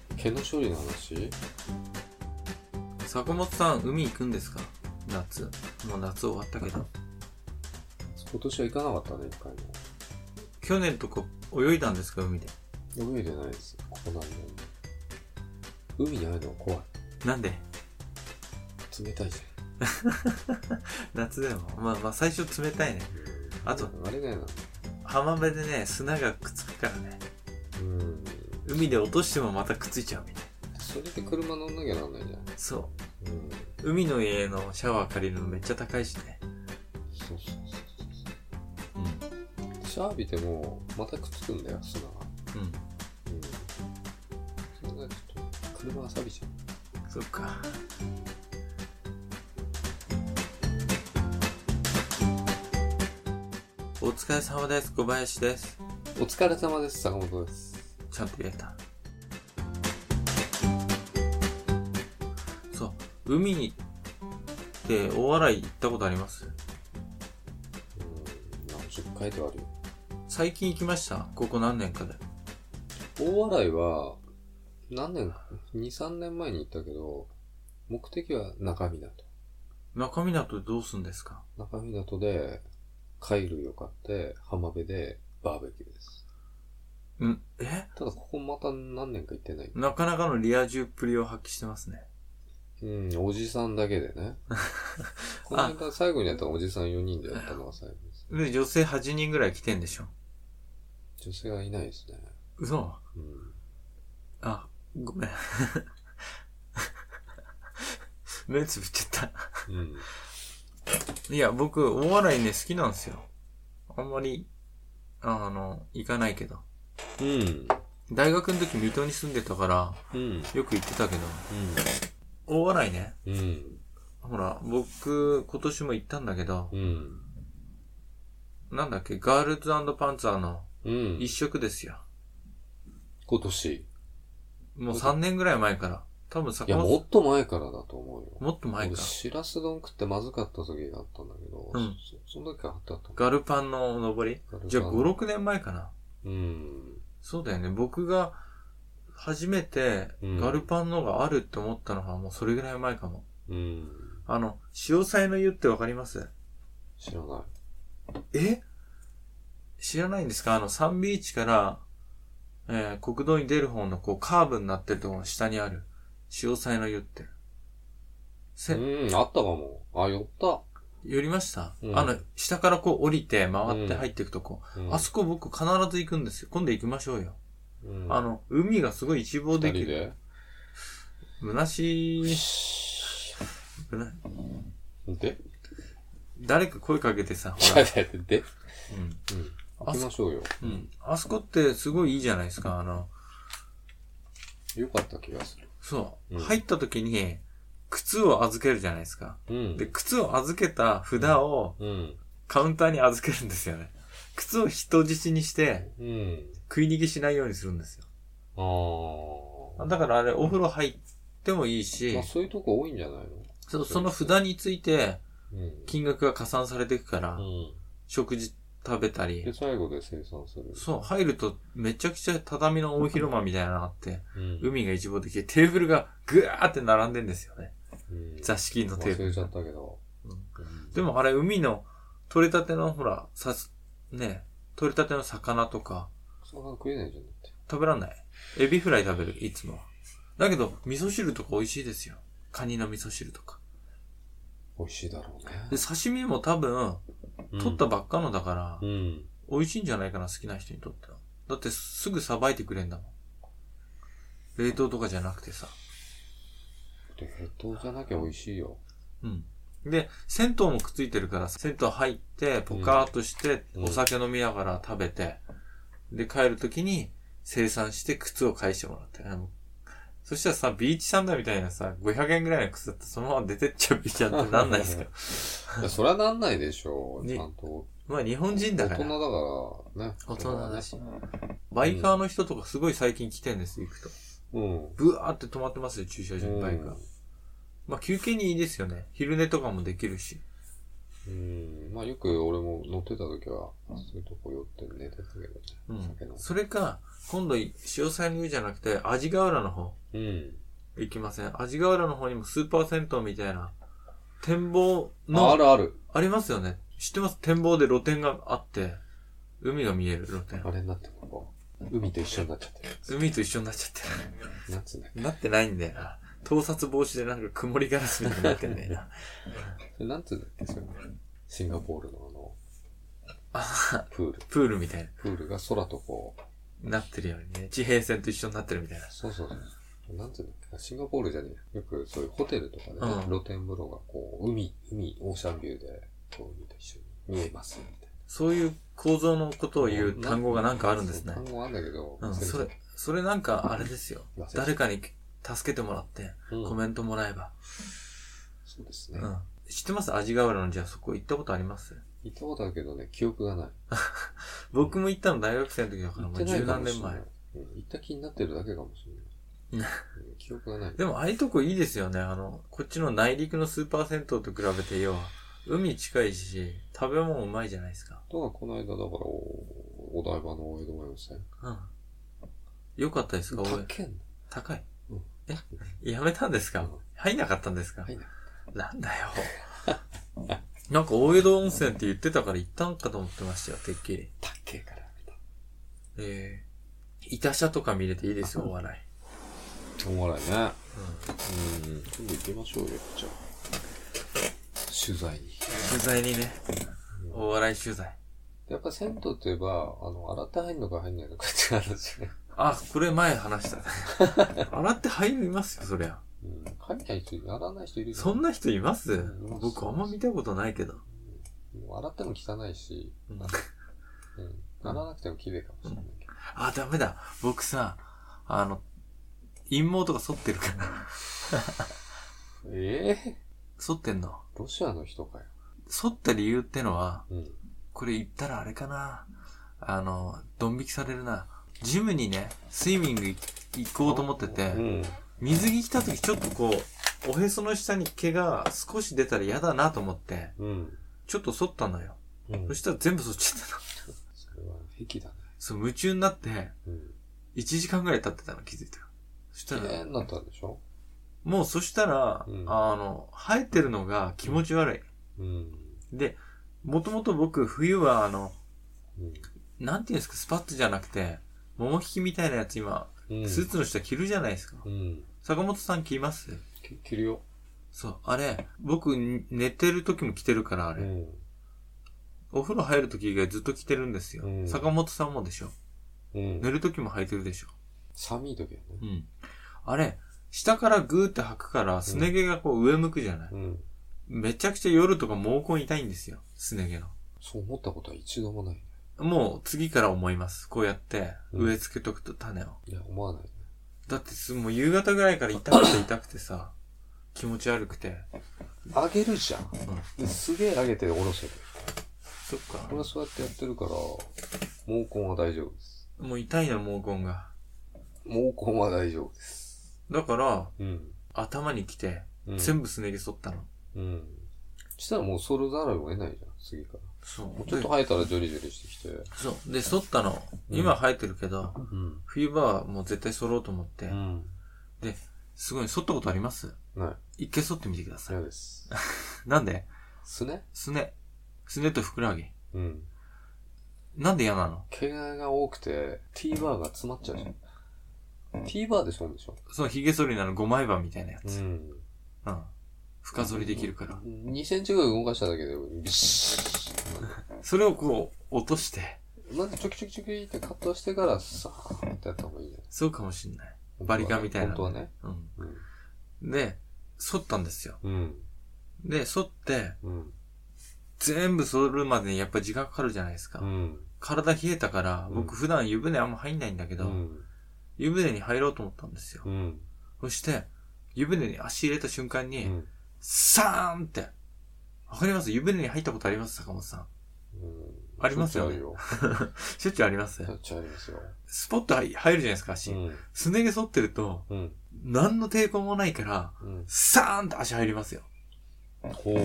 何の話坂本さん海行くんですか夏もう夏終わったけど今年は行かなかったね、一回も。去年とか泳いだんですか海で泳いでないです。ここ何年も。海に入るのが怖い。なんで冷たいじ夏でもまあまあ最初冷たいねゃん。あとあれだよな。浜辺でね砂がくっつくからねうん。海で落としてもまたくっついちゃうみたいそれで車乗んなきゃなんないじゃん。なそううん。海の家のシャワー借りるのめっちゃ高いしねそうそうそうそう。うんシャービでもまたくっつくんだよ砂がうんそれがちょっと車が錆びちゃうんそっかお疲れ様です小林ですうお疲れ様です坂本ですちゃんと言えたそう海にって大洗行ったことありますうん何十回とあるよ最近行きましたここ何年かで大洗は何年か23年前に行ったけど目的は中港中港でどうすんですか中港で貝類を買って浜辺でバーベキューですうんえただここまた何年か行ってないなかなかのリア充っぷりを発揮してますねうんおじさんだけでねこの間最後にやったのおじさん4人でやったのが最後ですで女性8人ぐらい来てんでしょ女性がいないですね嘘うんあ、ごめん。 目つぶっちゃっうん。た。いや、僕、大笑いね、好きなんですよ。あんまり、あの、行かないけど。うん。大学の時、水戸に住んでたから、うん。よく行ってたけど、大笑いね。うん。ほら、僕、今年も行ったんだけど、うん。なんだっけ、ガールズパンツァーのうん一。色ですよ。今年。もう3年ぐらい前から。多分い坂や、も本っと前からだと思うよ。もっと前俺か。しらす丼食ってまずかった時があったんだけど、うんそその時からあったと思ガルパンの登りう。じゃあ5、6年前かな。うん。そうだよね。僕が初めてうんガルパンのがあるって思ったのはもうそれぐらい前かも。うん。あの、潮騒の湯ってわかります知らない。え知らないんですかあの、サンビーチから、えー国道に出る方のこうカーブになってるところの下にある潮騒の湯って。せ、うん、あったかも。あ、寄った。寄りました、うんあの、下からこう降りて回って入っていくとこ。うん、あそこ僕必ず行くんですよ。今度行きましょうよ。うん、あ、の、海がすごい一望二で人きる。で。虚しい、虚しいで誰か声かけてさ、いほやらい。や ででうん。行きましょうよ。うん。あそこってすごいいいじゃないですか。あの、よかった気がする。そう。うん入った時に、靴を預けるじゃないですか。うん。で、靴を預けた札をうん。カウンターに預けるんですよね。靴を人質にして、うん。食い逃げしないようにするんですあーよ。だからあれ、お風呂入ってもいいしまあ、、そういうとこ多いんじゃないのそその札について、うん。金額が加算されていくかうら、ん。食事食べたで、り、最後で生産する。そう、入るとめちゃくちゃ畳の大広間みたいなのあって、うん。海が一望できて、テーブルがぐわーって並んでんですよね。うん、座敷のテー忘ブれルちゃがっ。たけど。うんうんで、もあれ、海の取れたての、ほら、さす、ね、取れたての魚とか、魚食えないじゃんだって。食べらんない。エビフライ食べる、いつもは。だけど、味噌汁とか美味しいですよ。カニの味噌汁とか。美味しいだろうで、ね。刺身も多分、取ったばっかのだからう、ん。美味しいんじゃないかな、好きな人にとっては。だって、すぐさばいてくれんだもん。冷凍とかじゃなくてさ。で、ヘッドじゃなきゃ美味しいよ。うん。で、銭湯もくっついてるから、銭湯入って、ポカーっとして、うんお酒飲みながら食べて、で、帰るときに、生産して靴を返してもらって。あのそしたらさ、ビーチサンダーみたいなさ、500円ぐらいの靴だってそのまま出てっちゃうビチャ ってなんないですかいやそりゃなんないでしょう。ねちゃんと。まあ日本人だか大人ら。だから、ね。大人だし。し。バイカーの人とかすごい最近来てんです、行くと。うん。ブワーって止まってますよ、駐車場にバイカー。まあ休憩にいいですよね。昼寝とかもできるし。うん。まあよく俺も乗ってた時は、そういうとこ寄って寝てたけどね。うん酒飲んで。それか、今度、潮騒宮じゃなくて、味ヶ浦の方、うん。行きません。味ヶ浦の方にもスーパー銭湯みたいな、展望ああの、あるある。りますよね。知ってます展望で露店があって、海が見える露店あ。れになってるここ。海と一緒になっちゃってる。海と一緒になっちゃってなんつうね。る。なって ないんだよな。盗撮防止でなんか曇りガラスみたいになってんだよ な。それなんつうんだっけ、それ。シンガポールのあの、あプール。プールみたいプールが空とこう、になってるようにね。地平線と一緒になってるみたいな。そうそうそう。なんつうんだっけ、シンガポールじゃねえ。よくそういうホテルとかでね、うん露天風呂がこう、海、海、オーシャンビューで、こう海と一緒に見えます、みたいな。そういう構造のことを言う単語がなんかあるんですねそう。単語あるんだけど、うん、忘ちそゃれっ、それなんかあれですよ忘れ。た誰かに助けてもらって、た、コん。メントもらえば。そうですうね。ん。知ってます味ヶ浦のじゃあそこ行ったことあります行ったことあるけどね、記憶がない。僕も行ったの大学生の時だから行っもてうない十か何もし年れない前。。うん行った気になってるだけかもしれない。うん記憶がない。でもああいうとこいいですよね。あの、こっちの内陸のスーパー銭湯と比べて要は、海近いし、食べ物うまいじゃないですか。とはこの間だからお、お台場の大江戸温泉。うん。よかったですかおい高けんの高いうん。えやめたんですかうん入んなかったんですかはいな。なんだよ。 なんか大江戸温泉って言ってたから行ったんかと思ってましたよ、てっきり。高えからやめえー、いたしゃとか見れていいですよ、お笑い。た。おもろいね。うん。うん。今度行きましょうよ、じゃあ。取材に。取材にね、お笑い取材。やっぱ銭湯といえば、あの、洗って入んのか入んないのかって話ね。あ、これ前話したね。 洗って入りますよ、そりゃ。うん。入んない人、洗わない人いるじゃそんな人いまうすん僕あんま見たことないけど。もう洗っても汚いし、うんうん。洗わなくても綺麗かもしれないけど。あ、ダメだ。僕さ、あの、陰謀とか剃ってるから。ええ剃ってんのロシアの人かよ。剃った理由ってのは、うん。これ言ったらあれかな。あの、ドン引きされるな。ジムにね、スイミング行行こうと思ってて、うん。水着着た時ちょっとこう、おへその下に毛が少し出たら嫌だなと思って、うん。ちょっと剃ったのよ。うんそ。したら全部剃っちゃったの。 それは、癖だね。そう、夢中になって、うん。 1時間ぐらい経ってたの気づいたよ。そした綺麗ら、になったんでしょもうそしたら、うんあの、生えてるのが気持ち悪うん。い。で、もともと僕、冬はあの、うんなんていうんですか、スパッツじゃなくて、桃引きみたいなやつ今、うんスーツの下着るじゃないですか。うん。坂本さん着ますき着るよ。そう、あれ、僕、寝てる時も着てるから、あうれ。ん。お風呂入る時以外ずっと着てるんですよ。うん坂本さんもでしょ。うん寝。る時も履いてるでしょ。寒い時やね。うん。あれ、下からグーって履くから、すね毛がこう上向くじゃない、うん。めちゃくちゃ夜とか毛根痛いんですよ。すね毛の。そう思ったことは一度もない。もう次から思います。こうやって、うん植え付けとくと種を。いや、思わないね。だってす、もう夕方ぐらいから痛くて痛くてさ、気持ち悪くて。あげるじゃん。ですげえあげて下ろせる。そっか俺。はそうやってやってるから、毛根は大丈夫です。もう痛いの、毛根が。毛根は大丈夫です。だから、うん。頭に来て、うん、全部すね毛剃ったの。うん。したらもう剃るざるを得ないじゃん、次から。そう。もうちょっと生えたらジョリジョリしてきて。そう。で、剃ったの。うん今生えてるけど、うん。冬場はもう絶対剃ろうと思って、うん。すごい、剃ったことありますない。一回剃ってみてください。嫌です。なんですねすね。すねとふくらはぎ。うん。なんで嫌なの毛が多くて、T バーが詰まっちゃうじゃん。T バーでしょんでしょその髭剃りなの5枚刃みたいなやつ。うん。ん。深剃りできるから。 2センチぐらい動かしただけで、ビシッ。それをこう、落として、まずチョキチョキチョキってカットしてから、さーってやった方がいいね。そうかもしんない。バリカンみたいな本当はね。うん。うん。で、剃ったんですよ。うん。で、剃って、うん。全部剃るまでにやっぱ時間かかるじゃないですか。うん。体冷えたから、うん僕普段湯船あんま入んないんだけうど、ん。湯船に入ろうと思ったんですよ。うん。そして、湯船に足入れた瞬間うに、ん。サーンって。わかります湯船に入ったことあります坂本さん。ありますよねしょっしょっちゅうありますちゅうあるよ。しょっちゅうありますよ。スポッと入る じゃないですか、う足。ん。すね毛剃ってると、うん。何の抵抗もないから、うん。サーンって足入りますよ。ほう、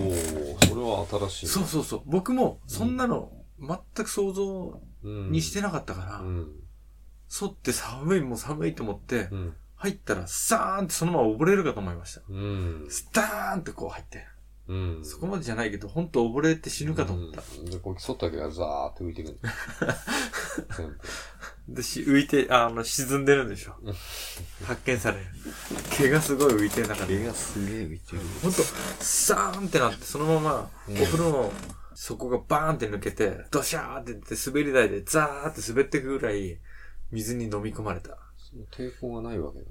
それは新しい。そうそうそう。僕も、そんなの、全く想像うん。にしてなかったから、うん。そって寒いもう寒いと思って、うん。入ったら、サーンってそのまま溺れるかと思いました。うん。スターンってこう入って。うん。そこまでじゃないけど、ほんと溺れて死ぬかと思った。うん。で、こう、外だけがザーって浮いてく る。全部。で、し浮いて、あの、沈んでるんでしょうん。発見される。毛がすごい浮いてる中で。がすげえ浮いてる。ほんと、サーンってなって、そのまま、うおん風呂の底がバーンって抜けて、ドシャーって出て、滑り台でザーって滑ってくぐらい、水に飲み込まれた。その抵抗がないわけだね。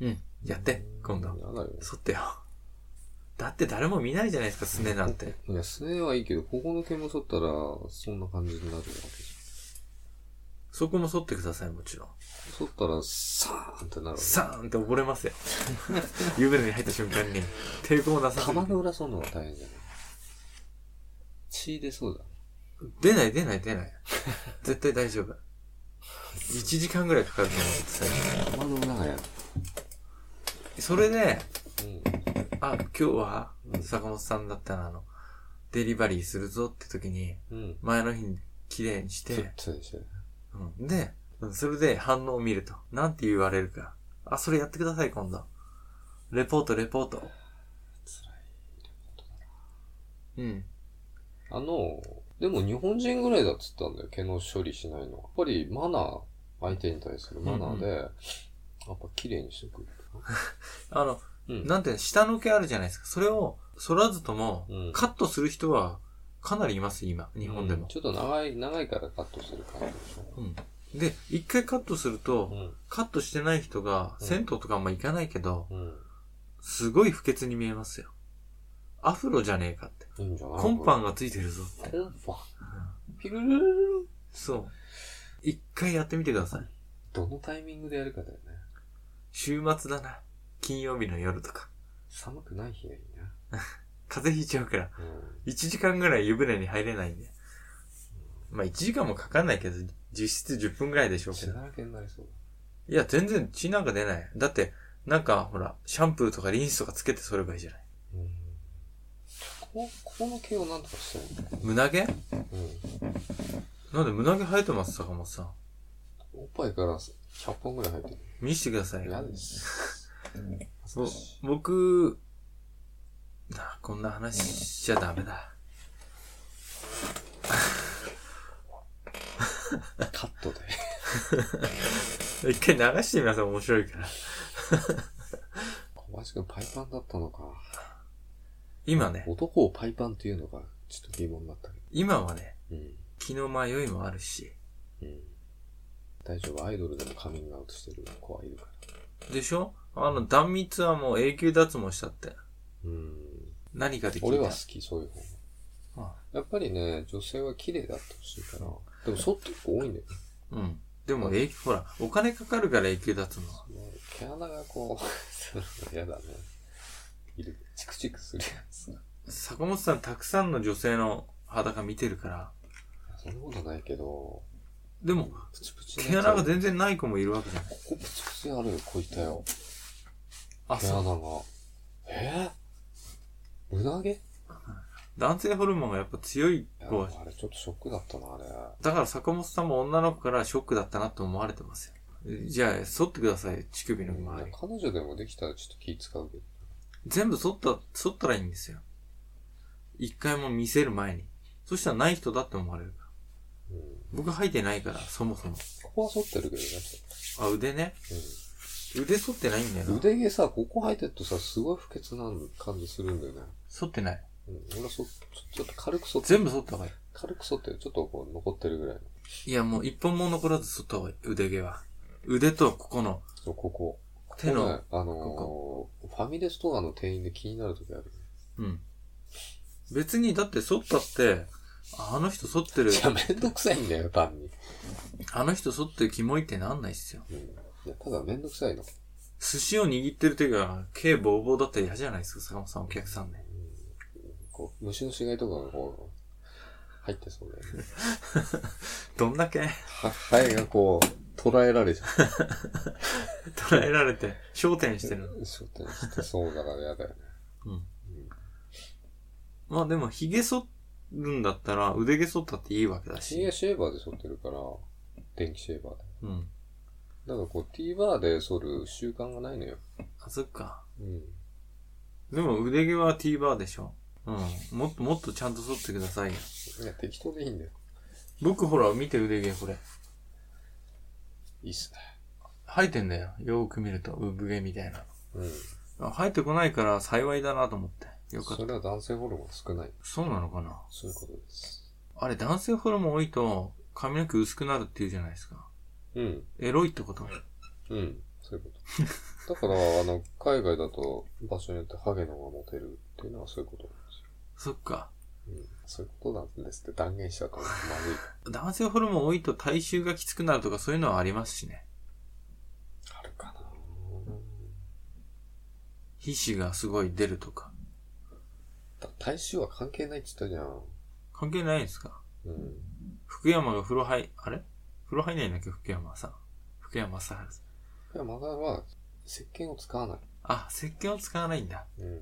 うん。やって、今度。やだよ。そってよ。だって誰も見ないじゃないですか、すねなんて。いや、すねはいいけど、ここの毛も剃ったら、そんな感じになるわけじそこも剃ってください、もちろん。ゃん。剃ったら、サーンってなるわけ。サーンって溺 れますよ。湯船に入った瞬間に、抵抗なさすぎ玉ての裏剃るのが大変じゃない血出そうだ。出ない出ない出ない。 絶対大丈夫。1時間ぐらいかかると思う最初玉の裏がやる。それで、うん。あ、今日は、坂本さんだったら、あの、デリバリーするぞって時に、うん。前の日に綺麗にしツてッ、ツンしてる。うん、で、うんそれで反応を見ると。なんて言われるか。あ、それやってください、今度。レポート、レポート。うん。あの、でも日本人ぐらいだっつったんだよ、毛の処理しないのは。やっぱりマナー、相手に対するマナーで、うんやっぱ綺麗にしてくる。あの、うん。なんていうの下の毛あるじゃないですか。それを、剃らずともうん、カットする人は、かなりいます、今。日本でうんも。ちょっと長い、長いからカットする感じでしょ。うん。で、一回カットするうと、ん。カットしてない人が、うん銭湯とかあんま行かないけど、うん。すごい不潔に見えますよ。アフロじゃねえかって。いいんじゃないコンパン。ンがついてるぞって。コンパン。ピルルルルルンそう。一回やってみてください。どのタイミングでやるかだよね。週末だな。金曜日の夜とか。寒くない日がいいな。風邪ひいちゃうから。うん。 1時間ぐらい湯船に入れないんで。まあ1時間もかかんないけど、実質10分ぐらいでしょうけ血ど。だらけになりそういや、全然血なんか出ない。だって、なんか、ほら、シャンプーとかリンスとかつけてそればいいじゃない。だ。うん。ここ、ここの毛をなんとかしたいね。胸毛うん。なんで胸毛生えてます、坂本さん。おっぱいから100本ぐらい入ってる。見してください嫌よ。です。ぼ恥ずかしい僕、あこんな話しちゃダメだ。カットで。一回流してみなさい、面白いから。小林くんパイパンだったのか。今ね、男をパイパンっていうのがちょっと疑問だったけ今はね、ど。うん。気の迷いもあるし。うん。大丈夫、アイドルでもカミングアウトしてる子はいるから。でしょあの、断蜜はもう永久脱毛したって。うん。何かで聞いた俺は好き、そういう方が。あやっぱりね、女性は綺麗だってほしいから。でも、剃ってる子多いんだよね。うん。でも永久、ほら、お金かかるから永久脱毛。もう毛穴がこう、そう いうの嫌だね。いる。チクチクするやつ。い坂本さん、たくさんの女性の裸見てるから。やそんなことないけど、でも、プチプチ毛穴が全然ない子もいるわけじゃない。ここプチプチある子いたよ。あ、毛そう。穴が。えぇ、胸毛男性ホルモンがやっぱ強いいや子は、あれちょっとショックだったな、あれ。だから坂本さんも女の子からショックだったなと思われてますよ。じゃあ、剃ってください、乳首の周り。彼女でもできたらちょっと気使うけど。全部剃った、剃ったらいいんですよ。一回も見せる前に。そしたらない人だって思われるから。うん。僕吐いてないから、そもそも。ここは剃ってるけどね、ちあ、腕ね。ょっ腕剃ってないんだよとうん。な。腕毛さ、ここ入ってるとさ、すごい不潔な感じするんだよね。剃ってない。うん。俺はそ、ちょちょっと軽く剃って、全部剃った方がいい。軽く剃ってる。ちょっとこう残ってるぐらいの。いや、もう一本も残らず剃った方がいい、腕毛は。腕とここのそう、ここ。手ここのね、あのーこファミレストアの店員で気になるときある。うん。別に、だって剃ったって、あの人剃ってるい、や、めんどくさいんだよ、単に。あの人剃ってるキモいってなんないっすよ。うん。いや、ただめんどくさいの。寿司を握ってる手が、毛ボーボーだったら嫌じゃないですか、坂本さんお客さんね。こう、虫の死骸とかがこう、入ってそうだよね。どんだけ は、ハエがこう、捉えられちゃう。捉えられて、焦点してるの。 焦点してそうだから嫌だよね。うん。まあでも、髭剃るんだったら、腕毛剃ったっていいわけだシーし。シェーバーで剃ってるから、電気シェーバーで。うん。だからこう、T バーで剃る習慣がないのよ。あ、そっか。うん。でも、腕毛は T バーでしょ。うん。もっともっとちゃんと剃ってくださいよ。いや、適当でいいんだよ。僕ほら、見て腕毛これ。いいっすね。生えてんだよ。よーく見ると、産毛みたいな。うん。あ生えてこないから幸いだなと思って。よかっそた。れは男性ホルモン少ない。そうなのかなそういうことです。あれ、男性ホルモン多いと、髪の毛薄くなるって言うじゃないですか。うん。エロいってことうん。そういうこと。だから、あの、海外だと場所によってハゲの方がモテるっていうのはそういうことなんですよ。そっか。うん。そういうことなんですって断言しちゃうからまずい。男性ホルモン多いと体臭がきつくなるとかそういうのはありますしね。あるかな皮脂がすごい出るとか。だ体臭は関係ないって言ったじゃん。関係ないんですかうん。福山が風呂入、あれ風呂入んないんだっけ福山さん。福山雅治さん。いや、マザーは石鹸を使わない。あ、石鹸を使わないんだ。うん。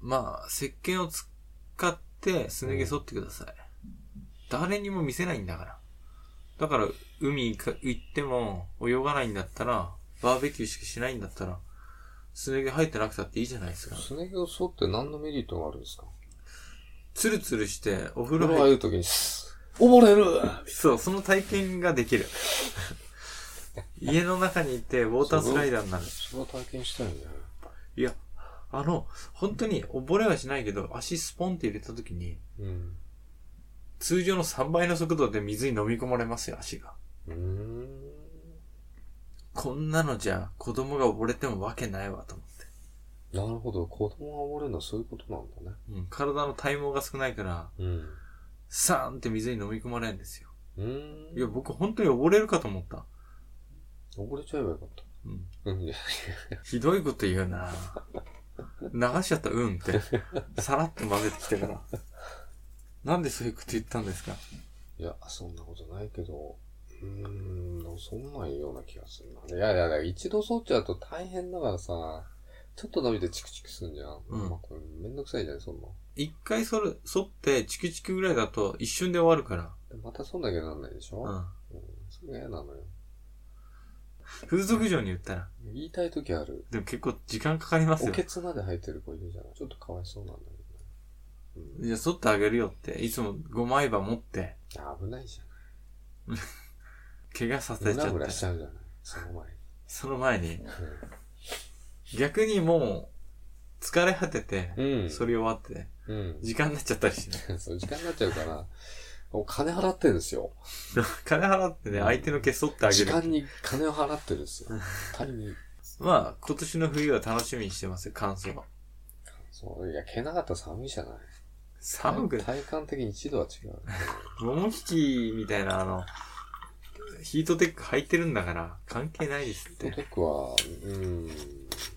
まあ、石鹸を使って、すね毛剃ってください。誰にも見せないんだから。だから、海行か行っても、泳がないんだったら、バーベキューしかしないんだったら、すね毛生えてなくたっていいじゃないですか。すね毛を剃って何のメリットがあるんですかツルツルして、お風風呂呂入入る。るときに、溺れるそう、その体験ができる。家の中にいて、ウォータースライダーになる。それは体験したいね。いや、あの、本当に溺れはしないけど、足スポンって入れた時に、うん。通常の3倍の速度で水に飲み込まれますよ、足が。うーん。こんなのじゃ子供が溺れてもわけないわと思って。なるほど。子供が溺れるのはそういうことなんだね。うん、体の体毛が少ないから、うん。サーンって水に飲み込まれるんですよ。うーん。いや、僕本当に溺れるかと思った。溺れちゃえばよかった。うん。うん。いやひどいこと言うな流しちゃった、うんって。 さらっと混ぜてきたから。なんでそういうこと言ったんですかいや、そんなことないけど、うーん、そんないような気がするな。いやいやいや、一度剃っちゃうと大変だからさ、ちょっと伸びてチクチクすんじゃん。うんまあ、これめんどくさいじゃない、そんな。一回それ、剃ってチクチクぐらいだと一瞬で終わるから。でまたそんなきゃなんないでしょ、うん。うん、それが嫌なのよ。風俗嬢に言ったら。言いたい時ある。でも結構時間かかりますおよ。けつまで入ってる子いるじゃないちょっとかわいそうなんだけどね。うん。いや、剃ってあげるよって。いつも5枚刃持って、危ないじ怪我さゃん。せムちゃラっムラてし。ちゃうじゃないその前に。その前に、う逆にもう、疲れ果てて、ん。うん、それ終わって、うん。 時間になっちゃったりして、そう、時間になっちゃうから、お金払ってるんですよ。 金払ってね、相手の毛剃ってあげ時間る。に金を払ってるんですよ。他人に。まあ、今年の冬は楽しみにしてますよ、感想。そう、いや、毛なかったら寒いじゃない。寒くない、体感的に一度は違う。桃引きみたいな、あの、ヒートテック履いてるんだから、関係ないですっトて。テックは、うん、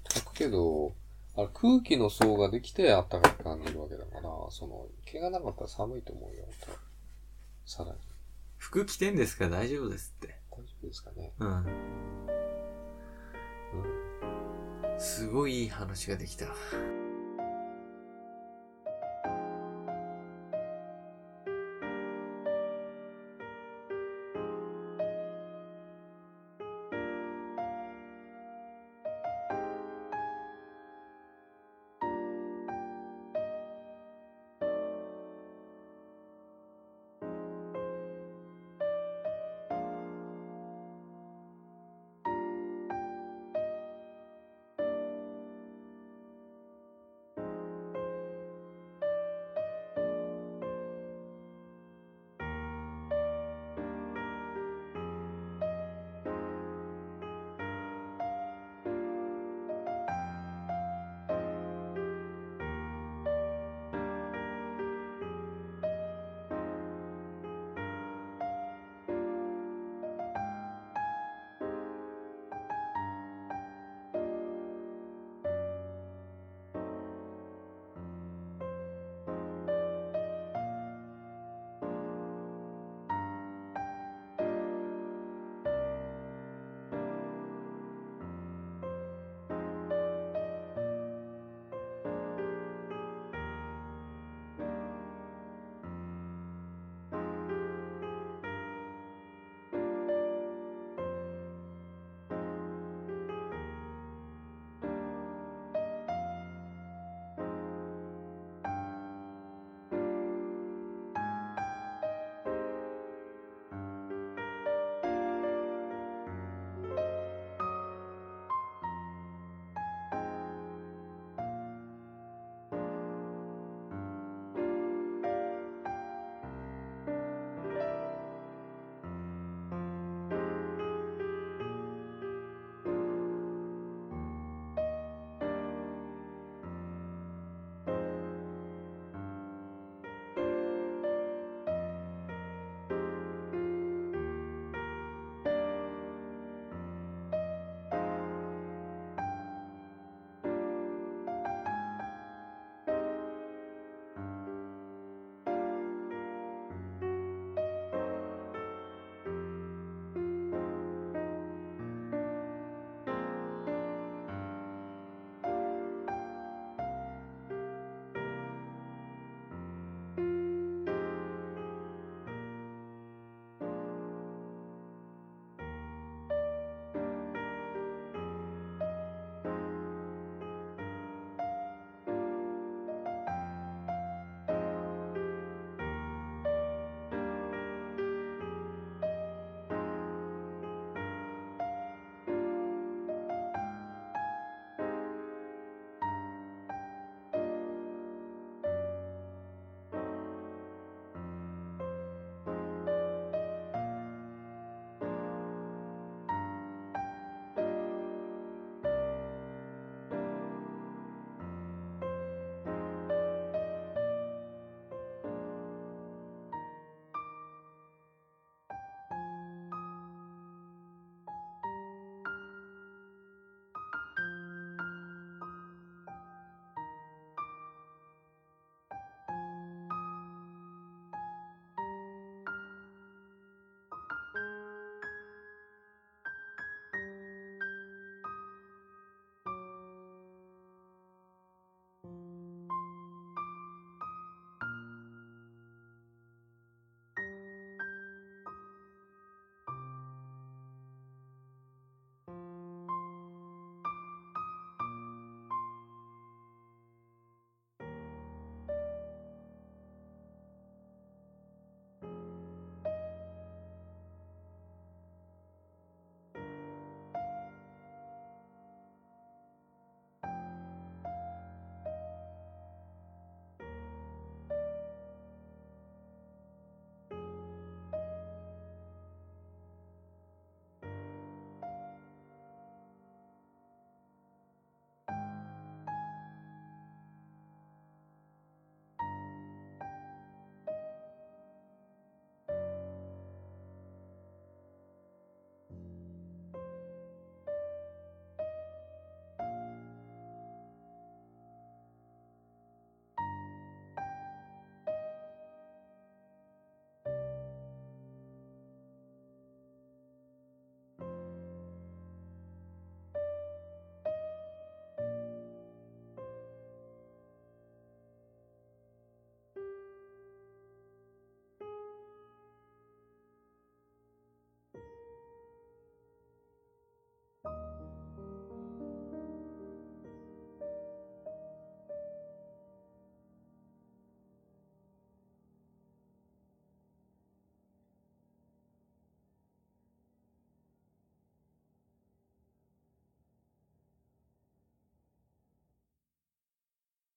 吐くけど、あれ空気の層ができてあったかく感じるわけだから、その、毛がなかったら寒いと思うよ、と。さらに。服着てんですから大丈夫ですって。大丈夫ですかね。うん。うんすごいいい話ができた。